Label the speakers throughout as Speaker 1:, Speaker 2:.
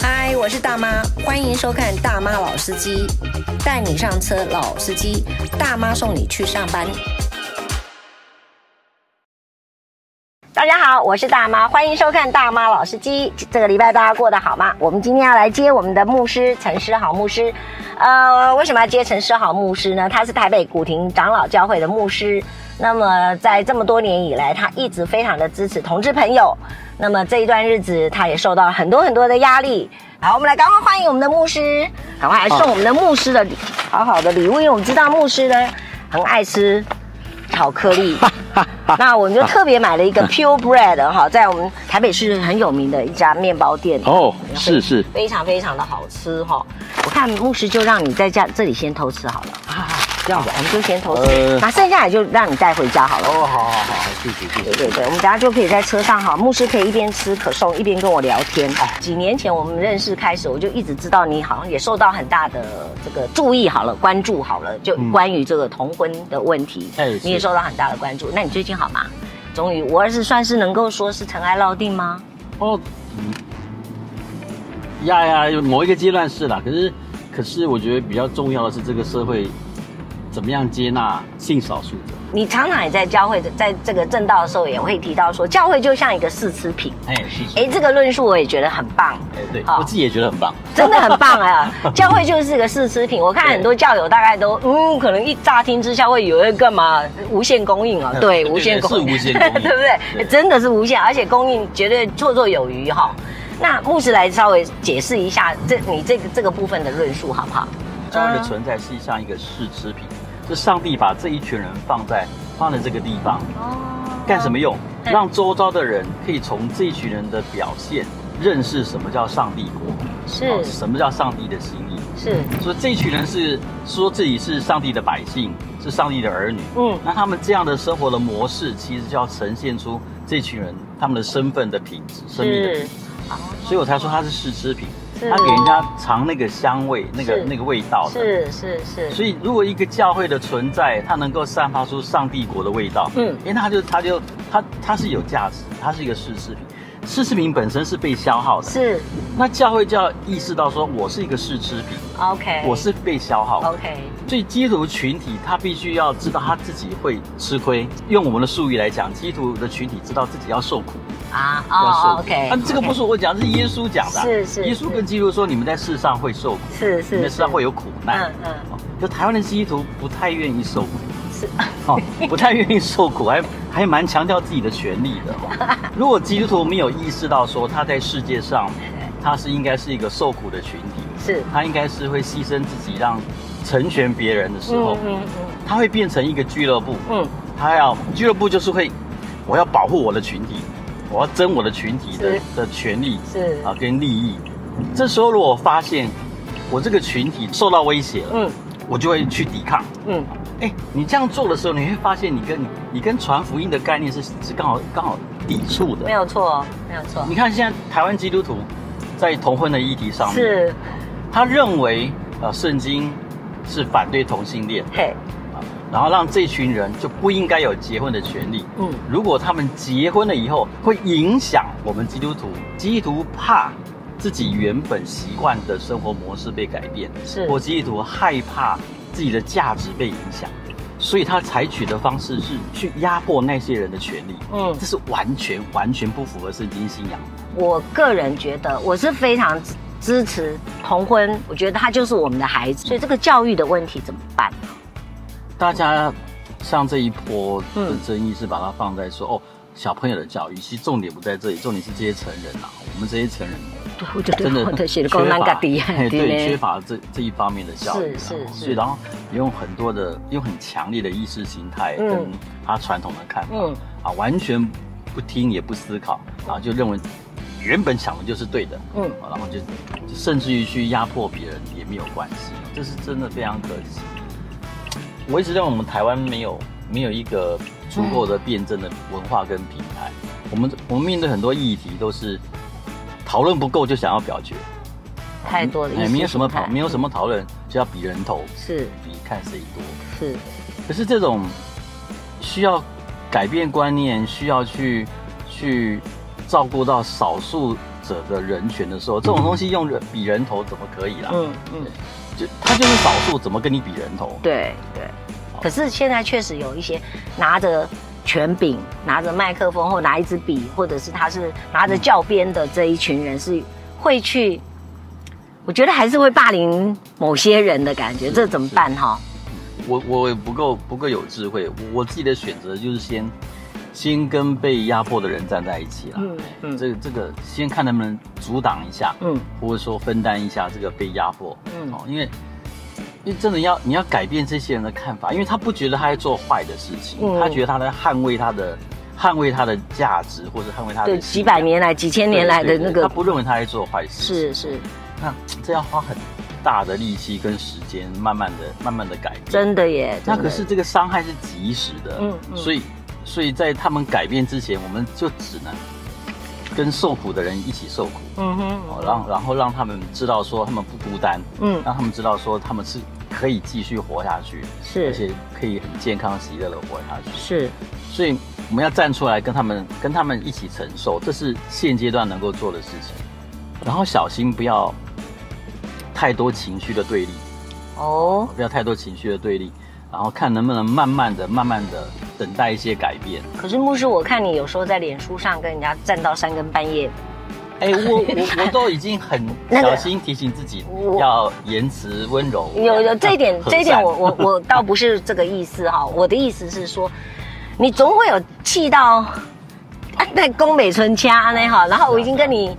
Speaker 1: 嗨，我是大妈，欢迎收看《大妈老司机》，带你上车，老司机，大妈送你去上班。大家好，我是大妈，欢迎收看《大妈老司机》。这个礼拜大家过得好吗？我们今天要来接我们的牧师陈师好牧师。呃，为什么要接陈师好牧师呢？他是台北古亭长老教会的牧师。那么在这么多年以来，他一直非常的支持同志朋友。那么这一段日子，他也受到了很多很多的压力。好，我们来赶快欢迎我们的牧师，赶快来送我们的牧师的礼好好的礼物，因为我们知道牧师呢很爱吃巧克力。 那我们就特别买了一个 Pure Bread 哈，在我们台北市很有名的一家面包店
Speaker 2: 哦，是是，
Speaker 1: 非常非常的好吃哈。我看牧师就让你在家这里先偷吃好了，这样子我们就先偷吃，
Speaker 2: 呃
Speaker 1: 那剩下的就让你带回家好了。
Speaker 2: 哦，好好好，谢谢谢
Speaker 1: 对。对对，我们等下就可以在车上哈，牧师可以一边吃可颂一边跟我聊天。几年前我们认识开始，我就一直知道你好像也受到很大的这个注意好了，关注好了，就
Speaker 2: 嗯
Speaker 1: 关于这个同婚的问题，
Speaker 2: 哎
Speaker 1: 你也
Speaker 2: 是
Speaker 1: 受到很大的关注。那你最近好吗？终于，我儿子算是能够说是尘埃落定吗？
Speaker 2: 哦，嗯呀呀，有某一个阶段是啦，可是可是我觉得比较重要的是这个社会怎么样接纳性少数者。
Speaker 1: 你常常也在教会，在这个正道的时候也会提到说，教会就像一个试吃品。
Speaker 2: 哎，是是，
Speaker 1: 哎，这个论述我也觉得很棒。
Speaker 2: 哎，对
Speaker 1: 好
Speaker 2: 我自己也觉得很棒。
Speaker 1: 真的很棒 啊！教会就是个试吃品，我看很多教友大概都嗯，可能一乍听之下会以为干嘛无限供应 啊？对，
Speaker 2: 对对
Speaker 1: 无限供应，
Speaker 2: 是无限供应
Speaker 1: 对不对？
Speaker 2: 对
Speaker 1: 真的是无限，而且供应绝对绰绰有余哈。那牧师来稍微解释一下这你这个这个部分的论述好不好？
Speaker 2: 教会的存在是像一个试吃品，是上帝把这一群人放在放在这个地方，
Speaker 1: 哦
Speaker 2: 干什么？用？
Speaker 1: 嗯
Speaker 2: 让周遭的人可以从这一群人的表现认识什么叫上帝国，
Speaker 1: 是
Speaker 2: 哦什么叫上帝的心意。
Speaker 1: 是，
Speaker 2: 所以这一群人是说自己是上帝的百姓，是上帝的儿女。
Speaker 1: 嗯
Speaker 2: 那他们这样的生活的模式，其实就要呈现出这群人他们的身份的品质、生命的品
Speaker 1: 是
Speaker 2: 质。，所以我才说它是试吃品，
Speaker 1: 是
Speaker 2: 它给人家尝那个香味、那
Speaker 1: 是
Speaker 2: 个那个味道的。
Speaker 1: 是是是
Speaker 2: 所以，如果一个教会的存在，它能够散发出上帝国的味道，
Speaker 1: 嗯
Speaker 2: 因为它就它就它它是有价值，它是一个试吃品。试吃品本身是被消耗的，
Speaker 1: 是
Speaker 2: 那教会就要意识到说，我是一个试吃品，
Speaker 1: ，OK，
Speaker 2: 我是被消耗的。
Speaker 1: OK，
Speaker 2: 所以基督徒群体他必须要知道他自己会吃亏，用我们的术语来讲，基督徒的群体知道自己要受苦，
Speaker 1: 啊
Speaker 2: 要受
Speaker 1: 哦
Speaker 2: 苦。
Speaker 1: ，OK，
Speaker 2: 啊，这个不是我讲，是耶稣讲的啊。
Speaker 1: 是是
Speaker 2: 耶稣
Speaker 1: 是
Speaker 2: 跟基督说，你们在世上会受苦，
Speaker 1: 是
Speaker 2: 你
Speaker 1: 是
Speaker 2: 们在世啊上会
Speaker 1: 有
Speaker 2: 有苦难。
Speaker 1: 嗯嗯
Speaker 2: 哦就台湾的基督徒不太愿 意受苦，
Speaker 1: 是。
Speaker 2: 哦，不太愿意受苦，还还蛮强调自己的权利 的。哦如果基督徒没有意识到说他在世界上，他是应该是一个受苦的群体，
Speaker 1: 是
Speaker 2: 他应该是会牺牲自己让成全别人的时候，
Speaker 1: 嗯
Speaker 2: 他会变成一个俱乐部，
Speaker 1: 嗯
Speaker 2: 他要俱乐部就是会，我要保护我的群体，我要争我的群体的
Speaker 1: 是
Speaker 2: 的权利
Speaker 1: 是
Speaker 2: 啊跟利益。这时候如果我发现我这个群体受到威胁了，
Speaker 1: 嗯
Speaker 2: 我就会去抵抗。
Speaker 1: 嗯
Speaker 2: 哎，你这样做的时候，你会发现你跟你你跟传福音的概念是是刚好刚好抵触
Speaker 1: 嗯，
Speaker 2: 的
Speaker 1: 没。有错，没有错，
Speaker 2: 你看现在台湾基督徒在同婚的议题上面，
Speaker 1: 是
Speaker 2: 他认为呃圣经是反对同性恋，
Speaker 1: 嘿，
Speaker 2: 啊然后让这群人就不应该有结婚的权利。
Speaker 1: 嗯
Speaker 2: 如果他们结婚了以后，会影响我们基督徒。基督徒怕自己原本习惯的生活模式被改变，
Speaker 1: 是
Speaker 2: 或基督徒害怕自己的价值被影响，所以他采取的方式是去压迫那些人的权利。
Speaker 1: 嗯
Speaker 2: 这，是完全完全不符合圣经信仰。
Speaker 1: 我个人觉得我是非常支支持同婚，我觉得他就是我们的孩子，所以这个教育的问题怎么办？
Speaker 2: 大家像这一波的
Speaker 1: 嗯
Speaker 2: 争议是把它放在说、哦，小朋友的教育，其实重点不在这里，重点是这些成人啊，我们这些成人
Speaker 1: 对，我觉
Speaker 2: 真的
Speaker 1: 我的写的
Speaker 2: 缺
Speaker 1: 够难
Speaker 2: 乏
Speaker 1: 搞的，
Speaker 2: 嘿对，缺
Speaker 1: 呢，
Speaker 2: 乏这这一方面的教育
Speaker 1: 啊
Speaker 2: 啊，
Speaker 1: 是是是
Speaker 2: 所以然后用很多的用很强烈的意识形态
Speaker 1: 嗯
Speaker 2: 跟他传统的看法、
Speaker 1: 嗯
Speaker 2: 啊，完全不听也不思考，然后就认为原本想的就是对的，
Speaker 1: 嗯
Speaker 2: 啊然后就就甚至于去压迫别人也没有关系，这是真的非常可惜。我一直认为我们台湾没有没有一个足够的辩证的文化跟平台，我们我们面对很多议题都是讨论不够就想要表决，
Speaker 1: 太多的意
Speaker 2: 哎
Speaker 1: 识
Speaker 2: 没有什么
Speaker 1: 形态嗯
Speaker 2: 讨没有什么讨论就要比人头，
Speaker 1: 是
Speaker 2: 比看谁多。
Speaker 1: 是
Speaker 2: 可是这种需要改变观念，需要去去照顾到少数者的人权的时候，这种东西用人比人头怎么可以啦？
Speaker 1: 嗯嗯，
Speaker 2: 就他就是少数，怎么跟你比人头？
Speaker 1: 对对。可是现在确实有一些拿着权柄、拿着麦克风或拿一支笔，或者是他是拿着教鞭的这一群人，是会去，我觉得还是会霸凌某些人的感觉，这怎么办哈？
Speaker 2: 我我也不够不够有智慧，我我自己的选择就是先先跟被压迫的人站在一起啦。
Speaker 1: 嗯嗯
Speaker 2: 这个这个先看能不能阻挡一下，
Speaker 1: 嗯
Speaker 2: 或者说分担一下这个被压迫。
Speaker 1: 嗯
Speaker 2: 哦，因为因为真的要你要改变这些人的看法，因为他不觉得他在做坏的事情，
Speaker 1: 嗯
Speaker 2: 他觉得他在捍卫他的捍卫他的价值，或者捍卫他的
Speaker 1: 对，
Speaker 2: 信
Speaker 1: 几
Speaker 2: 仰
Speaker 1: 百年来、几千年来的
Speaker 2: 对对
Speaker 1: 那
Speaker 2: 对他
Speaker 1: 个，
Speaker 2: 不认为他在做坏事。
Speaker 1: 是是，
Speaker 2: 那这要花很大的力气跟时间，慢慢的、慢慢的改变。
Speaker 1: 真的耶。
Speaker 2: 那
Speaker 1: 真的
Speaker 2: 可是这个伤害是及时的，
Speaker 1: 嗯嗯
Speaker 2: 所以所以在他们改变之前，我们就只能跟受苦的人一起受苦，
Speaker 1: 嗯哼，
Speaker 2: 哦，让然后让他们知道说他们不孤单，
Speaker 1: 嗯
Speaker 2: 让他们知道说他们是可以继续活下去，而
Speaker 1: 是
Speaker 2: 且可以很健康喜乐的活下去。
Speaker 1: 是，
Speaker 2: 所以我们要站出来跟他们跟他们一起承受，这是现阶段能够做的事情。然后小心不要太多情绪的对立，
Speaker 1: 哦，
Speaker 2: 不要太多情绪的对立，然后看能不能慢慢的、慢慢的等待一些改变。
Speaker 1: 可是牧师，我看你有时候在脸书上跟人家站到三更半夜，
Speaker 2: 哎，我 我我都已经很
Speaker 1: 那个
Speaker 2: 小心提醒自己
Speaker 1: 我
Speaker 2: 要言辞温柔。
Speaker 1: 有有这一点，
Speaker 2: 和
Speaker 1: 这
Speaker 2: 善
Speaker 1: 一点我我我倒不是这个意思哈，我的意思是说，你总会有气到，啊，那宫北村掐呢哈，然后我已经跟你，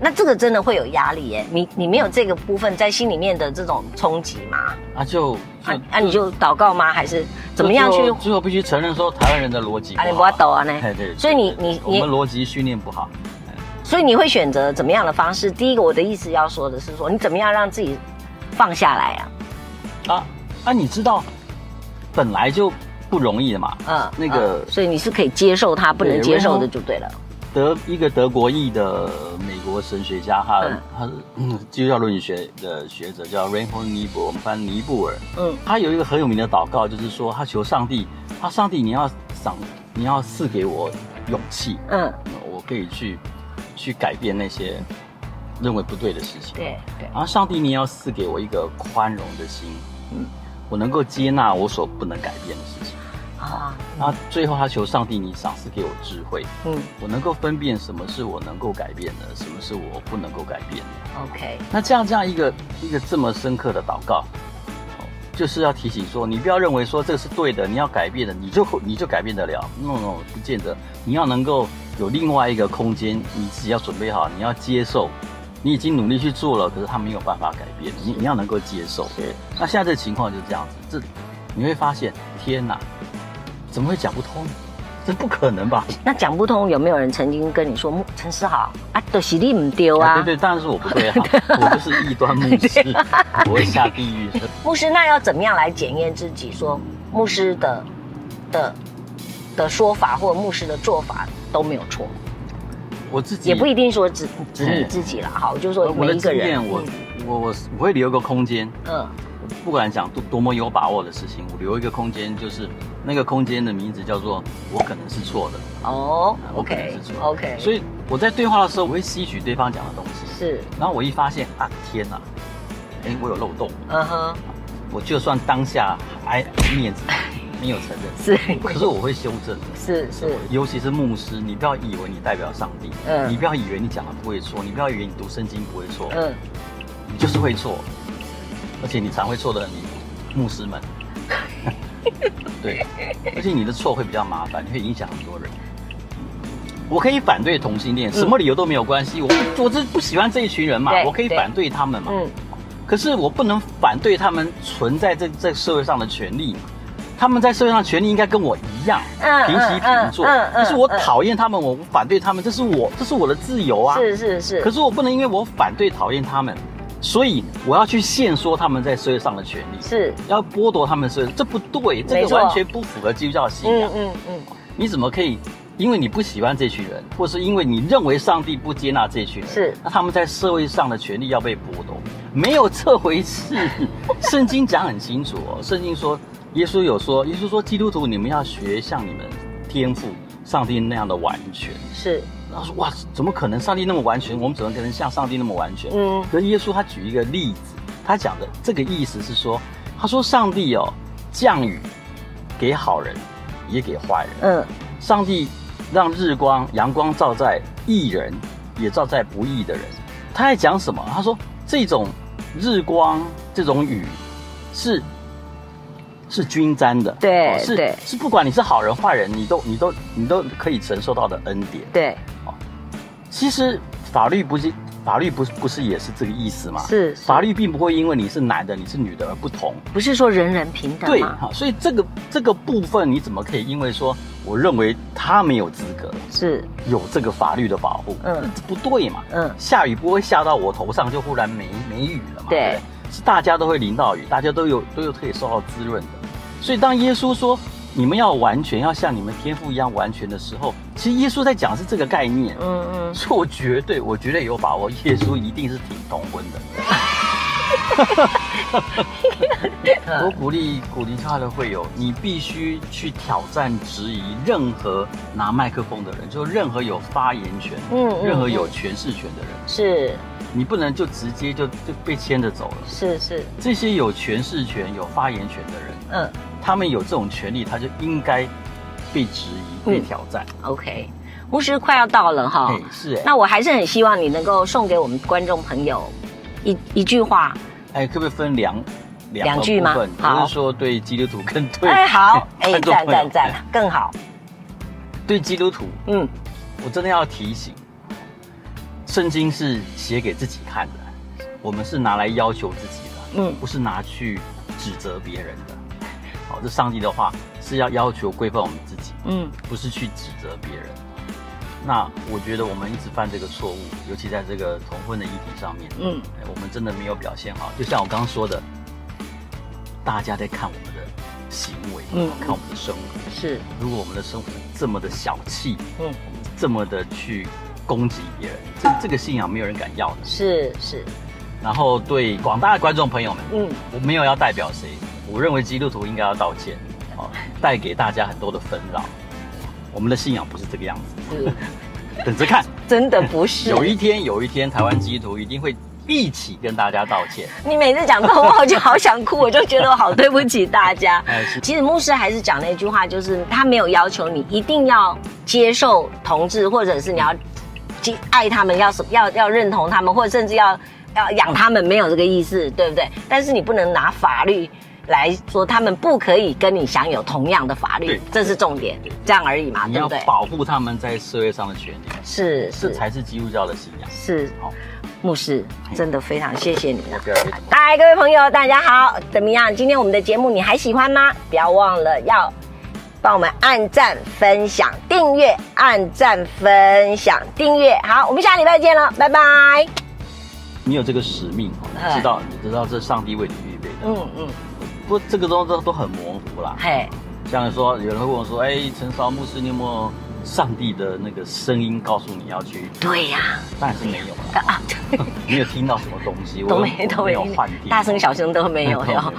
Speaker 1: 那这个真的会有压力耶，你你没有这个部分在心里面的这种冲击吗？
Speaker 2: 啊就
Speaker 1: 啊
Speaker 2: 就
Speaker 1: 啊，你就祷告吗？还是怎么样去
Speaker 2: 最？后最后必须承认说台湾人的逻辑
Speaker 1: 啊，你
Speaker 2: 不
Speaker 1: 不要
Speaker 2: 好。
Speaker 1: 抖啊呢
Speaker 2: 哎对，，
Speaker 1: 所以你你
Speaker 2: 我
Speaker 1: 你
Speaker 2: 们逻辑训练不好。哎
Speaker 1: 所以你会选择怎么样的方式？第一个，我的意思要说的是说，你怎么样让自己放下来啊？
Speaker 2: 啊啊！你知道，本来就不容易的嘛。
Speaker 1: 嗯，
Speaker 2: 那个
Speaker 1: 嗯所以你是可以接受他不能
Speaker 2: 对
Speaker 1: 接受
Speaker 2: 然
Speaker 1: 的
Speaker 2: 后
Speaker 1: 就对了。
Speaker 2: 德一个德国裔的美国神学家，他、
Speaker 1: 嗯
Speaker 2: 他是嗯基督教论学的学者，叫 Reinhold Niebuhr，我们翻尼布尔。
Speaker 1: 嗯
Speaker 2: 他有一个很有名的祷告，就是说他求上帝，他上帝你要赏，你要赐给我勇气，
Speaker 1: 嗯，
Speaker 2: 我可以去去改变那些认为不对的事情。
Speaker 1: 对对，
Speaker 2: 然后上帝你要赐给我一个宽容的心，
Speaker 1: 嗯
Speaker 2: 嗯，我能够接纳我所不能改变的事情。
Speaker 1: 啊，
Speaker 2: 那最后他求上帝，你赏赐给我智慧，
Speaker 1: 嗯
Speaker 2: 我能够分辨什么是我能够改变的，什么是我不能够改变的。
Speaker 1: ，OK，
Speaker 2: 那这样这样一个一个这么深刻的祷告，哦就是要提醒说，你不要认为说这个是对的，你要改变的，你就你就改变得了。no no，不见得。你要能够有另外一个空间，你自己要准备好，你要接受，你已经努力去做了，可是他没有办法改变，你你要能够接受。
Speaker 1: 是
Speaker 2: 那现在这情况就是这样子，这你会发现，天哪，怎么会讲不通？这不可能吧？
Speaker 1: 那讲不通，有没有人曾经跟你说，牧陈思豪啊，都是你唔丢
Speaker 2: 啊，
Speaker 1: 啊？
Speaker 2: 对对，当然是我不 对哈、我就是异端牧师，
Speaker 1: 啊
Speaker 2: 我会下地狱。
Speaker 1: 牧师，那要怎么样来检验自己说牧师的的的说法或牧师的做法都没有错？
Speaker 2: 我自己
Speaker 1: 也不一定说只只你
Speaker 2: 嗯
Speaker 1: 自己了哈，我就说
Speaker 2: 我我
Speaker 1: 每
Speaker 2: 的
Speaker 1: 一个
Speaker 2: 经
Speaker 1: 人
Speaker 2: 验，，我我我我会留一个空间，
Speaker 1: 嗯
Speaker 2: 不管讲多多么有把握的事情，我留一个空间，就是那个空间的名字叫做我可能是错的，
Speaker 1: 嗯哦
Speaker 2: 啊我可能
Speaker 1: ，OK
Speaker 2: 是错的。
Speaker 1: OK，
Speaker 2: 所以我在对话的时候，我会吸取对方讲的东西，
Speaker 1: 是
Speaker 2: 然后我一发现啊，天哪，哎，我有漏洞，
Speaker 1: 嗯哼
Speaker 2: 我就算当下还面子没有承 认，
Speaker 1: 是
Speaker 2: 可是我会修正的。
Speaker 1: 是是
Speaker 2: 尤其是牧师，你不要以为你代表上帝，
Speaker 1: 嗯
Speaker 2: 你不要以为你讲的不会错，你不要以为你读圣经不会错，
Speaker 1: 嗯。
Speaker 2: 你就是会错，而且你常会错的很离谱，牧师们。 对，而且你的错会比较麻烦，你会影响很多人。我可以反对同性恋，什么理由都没有关系，我不我是不喜欢这一群人嘛
Speaker 1: 嗯对，
Speaker 2: 我可以
Speaker 1: 对
Speaker 2: 反对他们嘛。
Speaker 1: 嗯
Speaker 2: 可是我不能反对他们存在这这社会上的权利，他们在社会上的权利应该跟我一样，
Speaker 1: 嗯
Speaker 2: 平起平坐。
Speaker 1: 嗯嗯嗯
Speaker 2: 可是我讨厌他们，我反对他们，这是我这是我的自由啊。
Speaker 1: 是是 是，
Speaker 2: 可是我不能因为我反对讨厌他们，所以我要去限缩他们在社会上的权利，
Speaker 1: 是，
Speaker 2: 要剥夺他们社会，这不对，这
Speaker 1: 没
Speaker 2: 个
Speaker 1: 错
Speaker 2: 完全不符合基督教信仰
Speaker 1: 嗯。嗯嗯，
Speaker 2: 你怎么可以？因为你不喜欢这群人，或是因为你认为上帝不接纳这群人，
Speaker 1: 是
Speaker 2: 那他们在社会上的权利要被剥夺，没有这回事。 圣经讲很清楚哦，圣经说，耶稣有说，耶稣说，基督徒你们要学像你们天赋上帝那样的完全。
Speaker 1: 是
Speaker 2: 然后说哇，怎么可能上帝那么完全？我们怎么可能像上帝那么完全？
Speaker 1: 嗯
Speaker 2: 可是耶稣他举一个例子，他讲的这个意思是说，他说上帝哦降雨给好人，也给坏人。
Speaker 1: 嗯
Speaker 2: 上帝让日光、阳光照在义人，也照在不义的人。他在讲什么？他说这种日光、这种雨是是均沾的，
Speaker 1: 对
Speaker 2: 哦是
Speaker 1: 对
Speaker 2: 是不管你是好人坏人，你都你都你都可以承受到的恩典。
Speaker 1: 对，
Speaker 2: 其实法律不是法律不是不是也是这个意思吗？
Speaker 1: 是
Speaker 2: 法
Speaker 1: 律
Speaker 2: 律并不会因为你是男的你是女的而不同。
Speaker 1: 不是说人人平等
Speaker 2: 对，
Speaker 1: 吗？
Speaker 2: 哈，所以这个这个部分你怎么可以因为说我认为他没有资格
Speaker 1: 是
Speaker 2: 有这个法律的保护？
Speaker 1: 嗯
Speaker 2: 这不对嘛。
Speaker 1: 嗯
Speaker 2: 下雨不会下到我头上就忽然没没雨了嘛？
Speaker 1: 对
Speaker 2: 对不对，是大家都会淋到雨，大家都有都有可以受到滋润的。所以当耶稣说你们要完全，要像你们天父一样完全的时候，其实耶稣在讲是这个概念。
Speaker 1: 嗯嗯，
Speaker 2: 所以我绝对，我绝对有把握，耶稣一定是挺同婚的。
Speaker 1: 嗯
Speaker 2: 我鼓励鼓励他的会友，你必须去挑战、质疑任何拿麦克风的人，就任何有发言权、
Speaker 1: 嗯嗯
Speaker 2: 任何有诠释权的人，
Speaker 1: 是
Speaker 2: 你不能就直接就就被牵着走了。
Speaker 1: 是是，
Speaker 2: 这些有诠释权、有发言权的人，
Speaker 1: 嗯
Speaker 2: 他们有这种权利，他就应该被质疑、被
Speaker 1: 嗯
Speaker 2: 挑战。
Speaker 1: ，OK，牧师快要到了哈
Speaker 2: 哎、，是哎、
Speaker 1: 那我还是很希望你能够送给我们观众朋友一一句话，
Speaker 2: 哎，可不可以分两
Speaker 1: 两
Speaker 2: 个
Speaker 1: 句
Speaker 2: 部
Speaker 1: 吗
Speaker 2: 分？
Speaker 1: 好
Speaker 2: 不是说对基督徒跟对
Speaker 1: 哎，好，哎，
Speaker 2: 观众
Speaker 1: 赞
Speaker 2: 朋友
Speaker 1: 赞赞， 更好，
Speaker 2: 对基督徒，
Speaker 1: 嗯，
Speaker 2: 我真的要提醒，圣经是写给自己看的，我们是拿来要求自己的，
Speaker 1: 嗯
Speaker 2: 不是拿去指责别人的。好，这上帝的话是要要求规范我们自己，
Speaker 1: 嗯
Speaker 2: 不是去指责别人。那我觉得我们一直犯这个错误，尤其在这个同婚的议题上面，
Speaker 1: 嗯，
Speaker 2: 哎我们真的没有表现好。就像我刚刚说的，大家在看我们的行为，
Speaker 1: 嗯
Speaker 2: 看我们的生活。
Speaker 1: 是，
Speaker 2: 如果我们的生活这么的小气，
Speaker 1: 嗯
Speaker 2: 这么的去攻击别人，这这个信仰没有人敢要的。
Speaker 1: 是是，
Speaker 2: 然后对广大的观众朋友们，
Speaker 1: 嗯
Speaker 2: 我没有要代表谁，我认为基督徒应该要道歉，哦，带给大家很多的纷扰。我们的信仰不是这个样子，
Speaker 1: 是，
Speaker 2: 等着看，
Speaker 1: 嗯真的不是，
Speaker 2: 有一天有一天台湾基督徒一定会一起跟大家道歉。
Speaker 1: 你每次讲这种话，我就好想哭，我就觉得我好对不起大家
Speaker 2: 哎是。
Speaker 1: 其实牧师还是讲那句话，就是他没有要求你一定要接受同志，或者是你要接爱他们，要什要要认同他们，或者甚至要要养他们，没有这个意思，对不对？但是你不能拿法律。来说，他们不可以跟你享有同样的法律
Speaker 2: 对，
Speaker 1: 这是重点，这样而已嘛，
Speaker 2: 你
Speaker 1: 对不
Speaker 2: 要
Speaker 1: 对？
Speaker 2: 保护他们在社会上的权利，
Speaker 1: 是
Speaker 2: 这
Speaker 1: 是
Speaker 2: 才是基督教的信仰。
Speaker 1: 是，
Speaker 2: 好，哎
Speaker 1: 牧师真的非常谢谢你啊了
Speaker 2: 我。第二位。
Speaker 1: 嗨，各位朋友，大家好，怎么样？今天我们的节目你还喜欢吗？不要忘了要帮我们按赞、分享、订阅，按赞、分享、订阅。好，我们下礼拜见了，拜拜。
Speaker 2: 你有这个使命，哦
Speaker 1: 哎
Speaker 2: 你知道你知道这上帝为你预备的。
Speaker 1: 嗯嗯，
Speaker 2: 不，这个东西都都很模糊啦。
Speaker 1: 嘿，
Speaker 2: 像说，有人会问我说：“哎，陈韶牧师，你有没有上帝的那个声音告诉你要去
Speaker 1: 对呀、？”
Speaker 2: 当然是没有了，
Speaker 1: 啊，对
Speaker 2: 没有听到什么东西，
Speaker 1: 都
Speaker 2: 我
Speaker 1: 没
Speaker 2: 我
Speaker 1: 都
Speaker 2: 没
Speaker 1: 没
Speaker 2: 有幻听，
Speaker 1: 大声小声都没有
Speaker 2: 都没有
Speaker 1: 哟。